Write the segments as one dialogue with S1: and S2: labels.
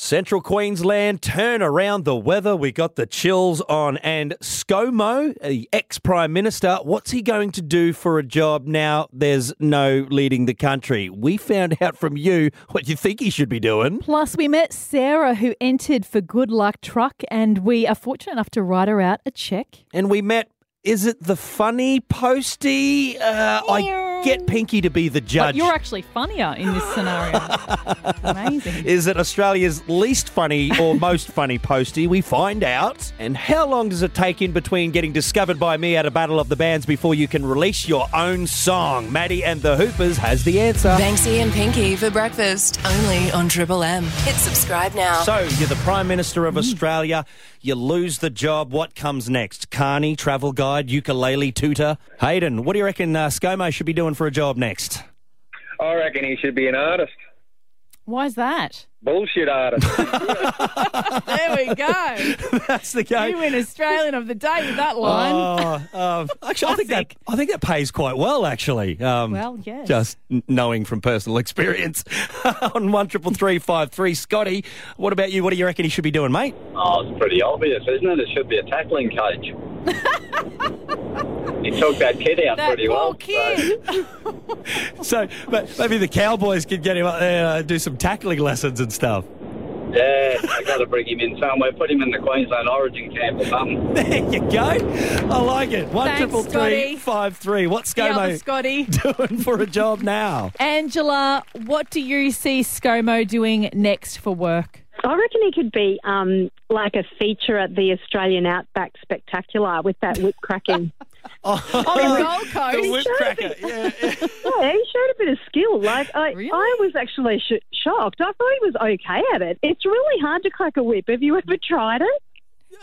S1: Central Queensland, turn around the weather. We got the chills on. And ScoMo, uh, the ex Prime Minister, what's he going to do for a job now there's no leading the country? We found out from you what you think he should be doing.
S2: Plus, we met Sarah, who entered for Good Luck Truck, and we are fortunate enough to write her out a check.
S1: And we met, is it the funny postie? Uh, I get Pinky to be the
S2: But
S1: judge.
S2: you're actually funnier in this scenario. Amazing.
S1: Is it Australia's least funny or most funny postie? We find out. And how long does it take in between getting discovered by me at a battle of the bands before you can release your own song? Maddie and the Hoopers has the answer.
S3: Banksy and Pinky for breakfast only on Triple M. Hit subscribe now.
S1: So you're the Prime Minister of Australia. You lose the job. What comes next? Carney, travel guide, ukulele tutor. Hayden, what do you reckon uh, ScoMo should be doing for a job next?
S4: I reckon he should be an artist.
S2: Why is that?
S4: Bullshit artist.
S2: There we go.
S1: That's the game.
S2: win Australian of the day with that
S1: Oh, um, actually, I think that
S2: Classic.
S1: I think that pays quite well. Actually, um,
S2: Well, yes.
S1: just n- knowing from personal experience. On one triple three five three, Scotty, what about you? What do you reckon he should be doing, mate?
S4: oh, it's pretty obvious, isn't it? It should be a tackling coach. he took that kid out
S2: that
S4: pretty
S2: poor
S4: well. so-
S2: kid.
S1: So ma- maybe the Cowboys could get him up there, uh, do some tackling lessons and stuff.
S4: yeah, I got to bring him in somewhere. Put him in the Queensland Origin camp or something.
S1: There you go. I like it. One
S2: Thanks,
S1: triple three
S2: Scotty.
S1: five three. What's
S2: The other
S1: ScoMo
S2: Scotty.
S1: doing for a job now?
S2: Angela, what do you see ScoMo doing next for work?
S5: I reckon he could be um, like a feature at the Australian Outback Spectacular with that whip cracking.
S2: Oh, On the Gold
S1: The
S2: Coast.
S1: whip cracker. Yeah, yeah.
S5: yeah, he showed a bit of skill. Like I,
S2: Really?
S5: I was actually sh- shocked. I thought he was okay at it. It's really hard to crack a whip. Have you ever tried it?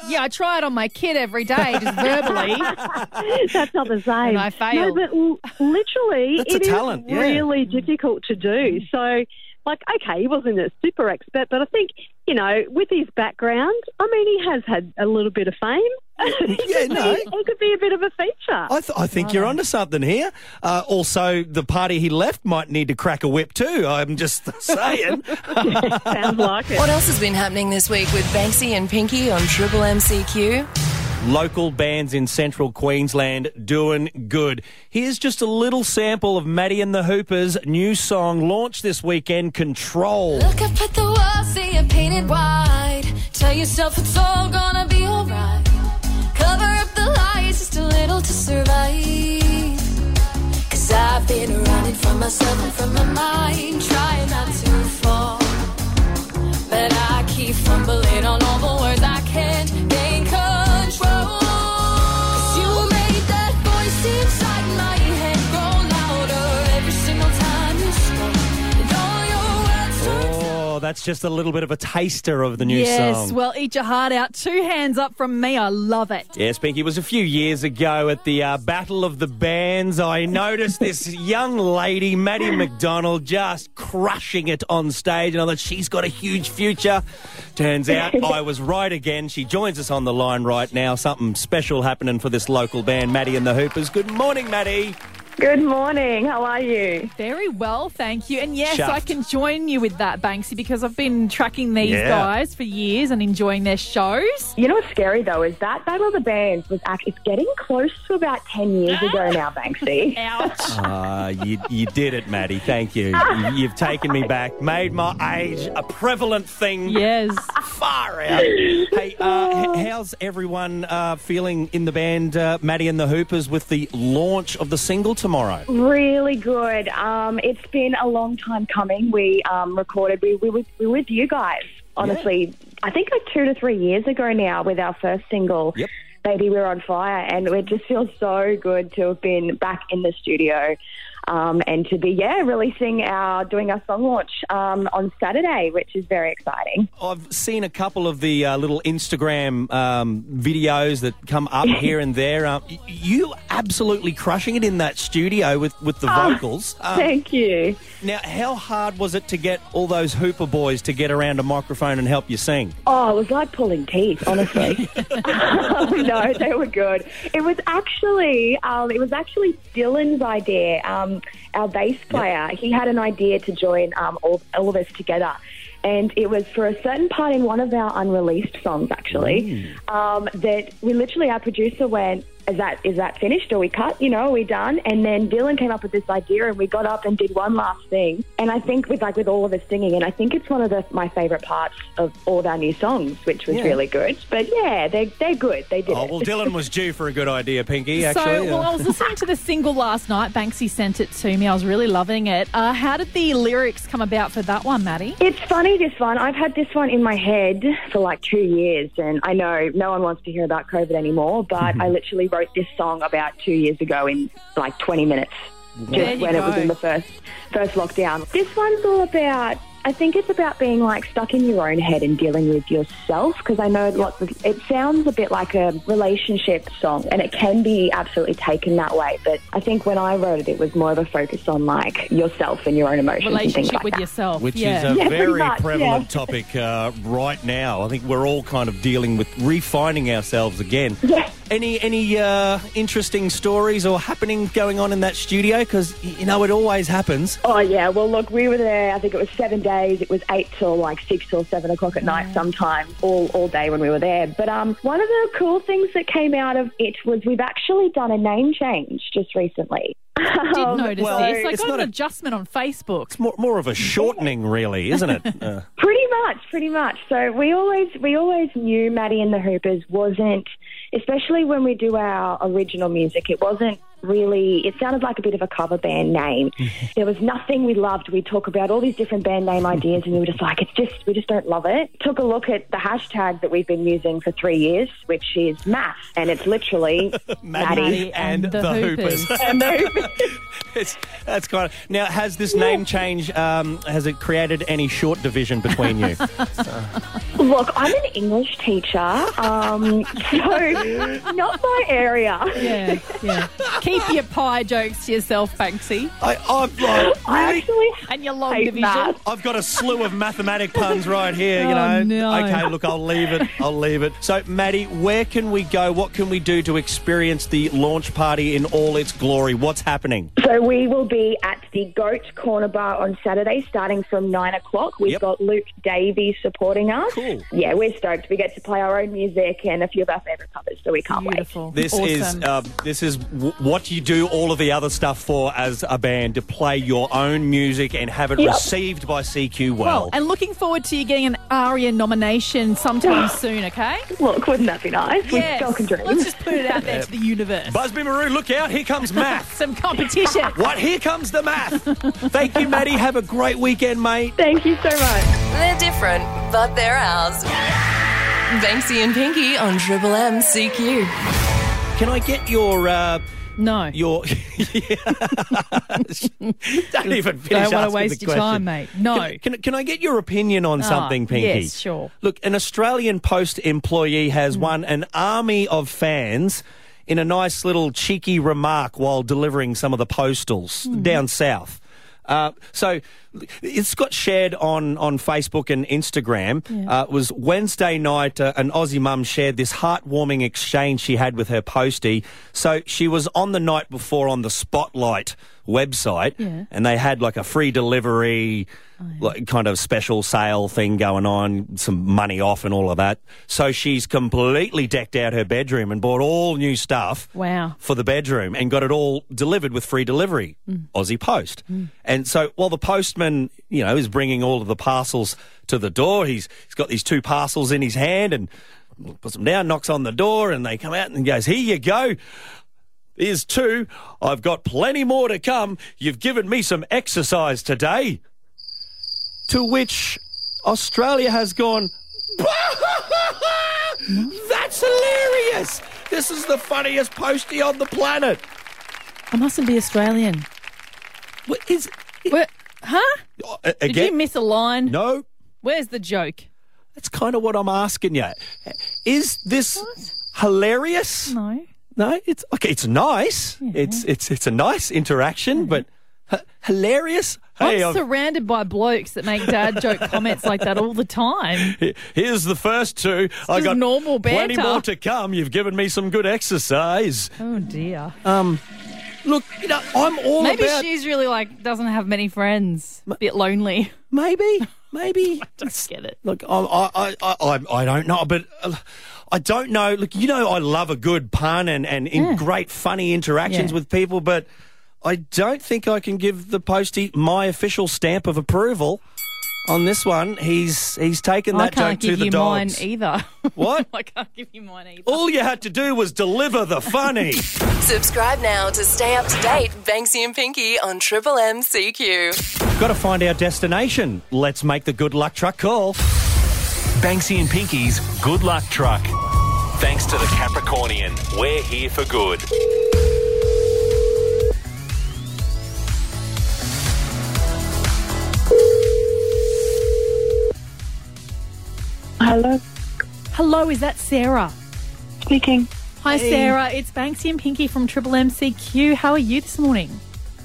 S2: Yeah, I try it on my kid every day, just verbally.
S5: That's not the same.
S2: And I failed.
S5: No, but l- literally,
S1: That's a
S5: it is
S1: talent, yeah.
S5: really difficult to do.
S2: Mm.
S5: So, like, okay, he wasn't a super expert, but I think you know, with his background, I mean, he has had a little bit of fame.
S1: Yeah, no.
S5: He- he could be a bit of a feature.
S1: I, th- I think you're onto something here. Uh, also, the party he left might need to crack a whip too. I'm just saying.
S5: Sounds like it.
S3: What else has been happening this week with Banksy and Pinky on Triple MCQ?
S1: Local bands in central Queensland doing good. Here's just a little sample of Maddie and the Hoopers' new song launched this weekend, Control.
S6: Look up at the wall, see it painted white. Tell yourself it's all gonna be alright. Cover up the lies just a little to survive. Cause I've been running from myself and from my mind, trying not to fall. But I keep fumbling on all the words I can't gain control. 'Cause you made that voice inside my head grow louder every single time you spoke. And all your words turned
S1: Oh, that's just a little bit of a taster of the new
S2: yes,
S1: song.
S2: well, eat your heart out. Two hands up from me. I love it.
S1: Yes, Pinky, it was a few years ago at the uh, Battle of the Bands. I noticed this young lady, Maddie McDonald, just crushing it on stage, and I thought she's got a huge future. Turns out I was right again. She joins us on the line right now. Something special happening for this local band, Maddie and the Hoopers. Good morning, Maddie.
S5: Good morning. How are you?
S2: Very well, thank you. And yes,
S1: Shaft.
S2: I can join you with that, Banksy, because I've been tracking these
S1: Yeah.
S2: guys for years and enjoying their shows.
S7: You know what's scary though is that Battle of the Bands was act- it's getting close to about ten years ago now, Banksy.
S2: Ouch.
S1: Ah, you, you did it, Maddie. Thank you. you. You've taken me back, made my age a prevalent thing.
S2: yes.
S1: far out. hey, uh, h- how's everyone uh, feeling in the band, uh, Maddie and the Hoopers, with the launch of the single tomorrow?
S7: Really good. Um, it's been a long time coming. We um, recorded. We, we, were- we were with you guys. Honestly, I think like two to three years ago now with our first single,
S1: Yep.
S7: "Baby We're on Fire," and it just feels so good to have been back in the studio. Um, and to be yeah releasing our doing our song launch um, on Saturday, which is very exciting.
S1: I've seen a couple of the uh, little Instagram um, videos that come up here and there. Um, y- you absolutely crushing it in that studio with, with the vocals. Um,
S7: Thank you.
S1: now, how hard was it to get all those Hooper boys to get around a microphone and help you sing?
S7: Oh, it was like pulling teeth, honestly. no, they were good. It was actually, um, it was actually Dylan's idea. Um, our bass player, he had an idea to join um, all, all of us together, and it was for a certain part in one of our unreleased songs, actually. Um, that we literally, our producer went, "Is that is that finished? Are we cut? You know, are we done?" And then Dylan came up with this idea, and we got up and did one last thing. And I think with like with all of us singing, and I think it's one of the, my favorite parts of all of our new songs, which was really good. But yeah, they they're good. They did
S1: Oh,
S7: it.
S1: well, Dylan was due for a good idea, Pinky,
S2: So,
S1: actually.
S2: well, I was listening to the single last night. Banksy sent it to me. I was really loving it. Uh, how did the lyrics come about for that one, Maddie?
S7: It's funny, this one. I've had this one in my head for like two years, and I know no one wants to hear about COVID anymore, but I literally wrote this song about two years ago in like 20 minutes,
S2: There
S7: just
S2: you
S7: when it was
S2: go.
S7: in the first, first lockdown. This one's all about. I think it's about being like stuck in your own head and dealing with yourself because I know lots of it sounds a bit like a relationship song and it can be absolutely taken that way. But I think when I wrote it, it was more of a focus on like yourself and your own emotions and things
S2: Relationship
S7: like
S2: with
S7: that.
S2: yourself.
S1: which
S2: yeah.
S1: is a
S7: Yeah, pretty
S1: very
S7: much,
S1: prevalent
S7: yeah.
S1: topic uh, right now. I think we're all kind of dealing with refining ourselves again.
S7: Yeah.
S1: Any any uh, interesting stories or happenings going on in that studio? Because you know it always happens.
S7: Oh yeah, well look, we were there. I think it was seven days. It was eight till like six or seven o'clock at night, sometimes all all day when we were there. But um, one of the cool things that came out of it was we've actually done a name change just recently.
S2: did
S7: Oh,
S2: notice
S1: well,
S2: this. I
S1: it's
S2: got
S1: not
S2: an
S1: a-
S2: adjustement on Facebook.
S1: More, more of a shortening, really, isn't it? Uh,
S7: Pretty much, pretty much. So we always we always knew Maddie and the Hoopers wasn't, especially when we do our original music. It wasn't really. It sounded like a bit of a cover band name. there was nothing we loved. We talk about all these different band name ideas, and we were just like, it's just we just don't love it. Took a look at the hashtag that we've been using for three years, which is math, and it's literally Maddie.
S2: Maddie and the Hoopers.
S7: and the Hoopers.
S1: It's- that's kind of now. Has this name change um, has it created any short division between you?
S7: Look, I'm an English teacher, um, so not my area.
S2: Yeah, yeah. Keep your pie jokes to yourself, Banksy,
S1: I, I've, like,
S7: I
S1: really,
S7: actually
S2: and your long
S7: Hate
S2: division.
S7: math.
S1: I've got a slew of mathematic puns right here. You know.
S2: Oh, no.
S1: Okay, look, I'll leave it. I'll leave it. So, Maddie, where can we go? What can we do to experience the launch party in all its glory? What's happening?
S7: So we will be at the Goat Corner Bar on Saturday, starting from nine o'clock. We've
S1: Yep.
S7: got Luke Davey supporting us.
S1: Cool.
S7: Yeah, we're stoked. We get to play our own music and a few of our favourite covers, so we can't
S2: Beautiful.
S1: This
S2: awesome.
S1: is uh, this is w- what you do all of the other stuff for as a band to play your own music and have it
S7: Yep.
S1: received by CQ
S2: well,
S1: well.
S2: and looking forward to you getting an ARIA nomination sometime soon, okay?
S7: wait. Look, wouldn't that be nice? We still can dream.
S2: Let's just put it out there to the universe.
S1: Busby Maroon, look out! Here comes math.
S2: Some competition.
S1: What? Here comes the math. Thank you, Maddie. Have a great weekend, mate.
S7: Thank you so much.
S3: They're different, but they're ours. Banksy and Pinky on Triple M CQ.
S1: Can I get your uh,
S2: no.
S1: your? Don't even finish
S2: Don't want
S1: asking
S2: to waste
S1: the
S2: your
S1: question.
S2: time, mate. No. Ah,
S1: Can, can, can I get your opinion on something, Pinky?
S2: yes, sure. Hmm.
S1: Look, an Australian Post employee has won an army of fans in a nice little cheeky remark while delivering some of the postals
S2: Hmm.
S1: down south. Uh, so it's got shared on, on Facebook and Instagram. Uh, it was Wednesday night. Uh, an Aussie mum shared this heartwarming exchange she had with her postie. So she was on the night before on the Spotlight website, and they had like a free delivery, like kind of special sale thing going on, some money off and all of that. So she's completely decked out her bedroom and bought all new stuff
S2: Wow.
S1: for the bedroom and got it all delivered with free delivery, Aussie Post. And so while the postman, you know, is bringing all of the parcels to the door, he's he's got these two parcels in his hand and puts them down, knocks on the door, and they come out and goes, "Here you go." Here's two. I've got plenty more to come. You've given me some exercise today. To which Australia has gone, That's hilarious! This is the funniest postie on the planet.
S2: I mustn't be Australian.
S1: What is
S2: Where, huh?
S1: a- Uh,
S2: Did
S1: again?
S2: you miss a line?
S1: no,
S2: Where's the joke?
S1: that's kind of what I'm asking you. Is this hilarious?
S2: No.
S1: No, it's okay. It's nice. It's it's it's a nice interaction, but h- hilarious. Hey,
S2: I'm
S1: I've-
S2: surrounded by blokes that make dad joke comments like that all the time.
S1: he- here's the first two. I
S2: just
S1: got
S2: normal
S1: plenty
S2: banter.
S1: more to come. You've given me some good exercise.
S2: Oh dear.
S1: Look, you know, I'm all
S2: Maybe
S1: about
S2: she's really like doesn't have many friends. A bit lonely.
S1: maybe. Maybe.
S2: Don't get it.
S1: Look, I, I, I, I, I don't know, but uh, I don't know. Look, you know, I love a good pun and, and in great funny interactions
S2: Yeah.
S1: with people, but I don't think I can give the postie my official stamp of approval on this one. He's he's taken
S2: I
S1: that joke
S2: can't
S1: to
S2: give
S1: the
S2: you mine e-
S1: dogs.
S2: either.
S1: What?
S2: I can't give you mine either.
S1: All you had to do was deliver the funny.
S3: Subscribe now to stay up to date. Banksy and Pinky on Triple MCQ.
S1: Got to find our destination. Let's make the good luck truck call.
S8: Banksy and Pinky's Good Luck Truck. Thanks to the Capricornian, we're here for good.
S7: Hello,
S2: Hello, is that Sarah?
S7: speaking.
S2: Hi, Sarah. It's Banksy and Pinky from Triple MCQ. How are you this morning?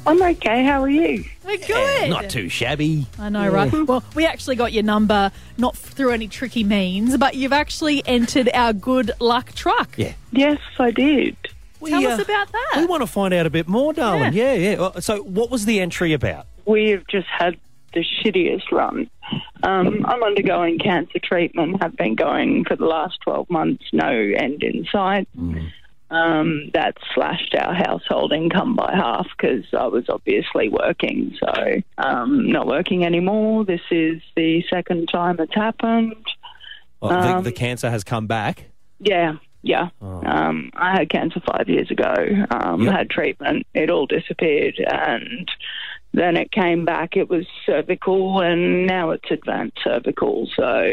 S7: I'm okay. How are you? Mm-hmm.
S2: We're good.
S1: Not too shabby.
S2: I know, right? Well, we actually got your number not through any tricky means, but you've actually entered our good luck truck.
S1: Yeah.
S7: Yes, I did.
S2: Tell
S1: We,
S2: us
S1: uh,
S2: about that.
S1: We want to find out a bit more, darling. Yeah, yeah. Well, So, what was the entry about?
S7: We've just had the shittiest run. Um, I'm undergoing cancer treatment, have been going for the last 12 months, no end in sight. Um, that slashed our household income by half because I was obviously working, so um, not working anymore. This is the second time it's happened.
S1: Oh, the,
S2: Um,
S1: the cancer has come back.
S7: Yeah, yeah. Um, I had cancer five years ago. Um,
S1: Oh. Yep.
S7: Had treatment. It all disappeared, and then it came back. It was cervical, and now it's advanced cervical. So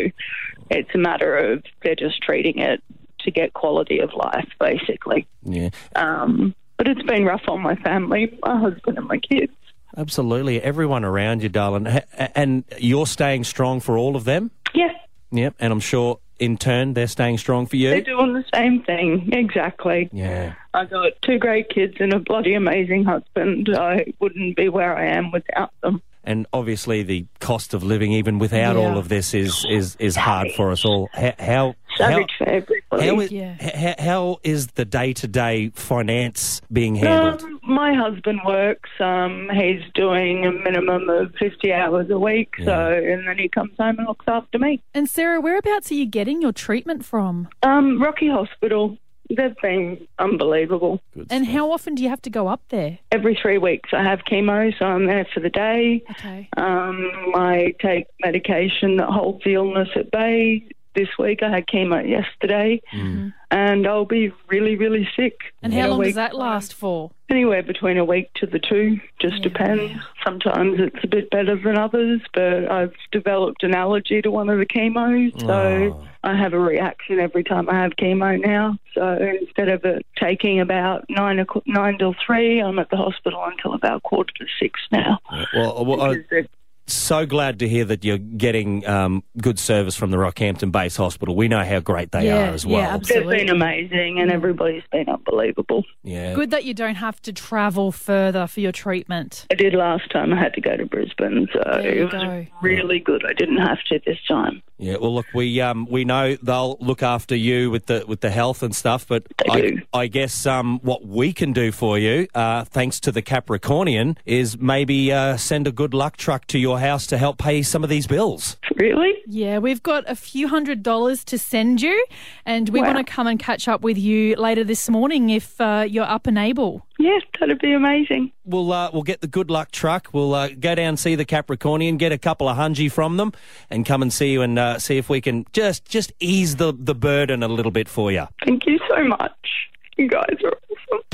S7: it's a matter of they're just treating it to get quality of life, basically.
S1: Yeah,
S7: Um, but it's been rough on my family, my husband, and my kids.
S1: absolutely. Everyone around you, darling, Ha- and you're staying strong for all of them.
S7: Yeah,
S1: Yep, and I'm sure in turn they're staying strong for
S7: they're
S1: you.
S7: doing the same thing. Exactly.
S1: Yeah.
S7: I got two great kids and a bloody amazing husband. I wouldn't be where I am without them.
S1: And obviously, the cost of living, even without all of this, is is is hard for us all. How how how,
S7: Savage for everybody.
S1: how, is,
S2: Yeah.
S1: h- how is the day to day finance being handled?
S7: Um, my husband works. Um, he's doing a minimum of 50 hours a week. So, and then he comes home and looks after me.
S2: and Sarah, whereabouts are you getting your treatment from?
S7: Um, Rocky Hospital, they've been unbelievable.
S2: and how often do you have to go up there?
S7: Every three weeks I have chemo, so I'm there for the day.
S2: Okay.
S7: Um, I take medication that holds the illness at bay. This week I had chemo yesterday,
S2: Mm-hmm.
S7: and I'll be really, really sick.
S2: And
S7: in
S2: how
S7: a
S2: long does
S7: week's
S2: that
S7: time.
S2: last for?
S7: Anywhere between a week to the two, just depends. Sometimes it's a bit better than others, but I've developed an allergy to one of the chemos, so I have a reaction every time I have chemo now. So instead of it taking about nine o'clock, nine till three, I'm at the hospital until about quarter to six now.
S1: Well, uh, well I-
S7: Because they've
S1: so glad to hear that you're getting um, good service from the Rockhampton Base Hospital. We know how great they
S2: Yeah,
S1: are as
S2: yeah,
S1: well.
S2: absolutely.
S7: they've been amazing, and everybody's been unbelievable.
S1: Yeah.
S2: Good that you don't have to travel further for your treatment.
S7: I did last time. I had to go to Brisbane, so
S2: There you
S7: it was
S2: go.
S7: really good. I didn't have to this time.
S1: Yeah, well, look, we um, we know they'll look after you with the with the health and stuff, but
S7: They
S1: I,
S7: do.
S1: I guess um, what we can do for you, uh, thanks to the Capricornian, is maybe uh, send a good luck truck to your house to help pay some of these bills.
S7: Really?
S2: Yeah, we've got a few hundred dollars to send you, and we want to come and catch up with you later this morning if uh, you're up and able.
S7: Yeah, that'd be amazing.
S1: We'll uh, we'll get the good luck truck. We'll uh, go down see the Capricornian, get a couple of hunji from them, and come and see you and uh, see if we can just just ease the the burden a little bit for you.
S7: Thank you so much. You guys are awesome.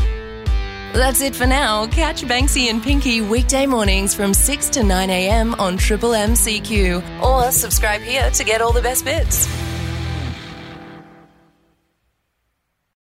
S3: That's it for now. Catch Banksy and Pinky weekday mornings from 6 to 9 a.m. on Triple MCQ or subscribe here to get all the best bits.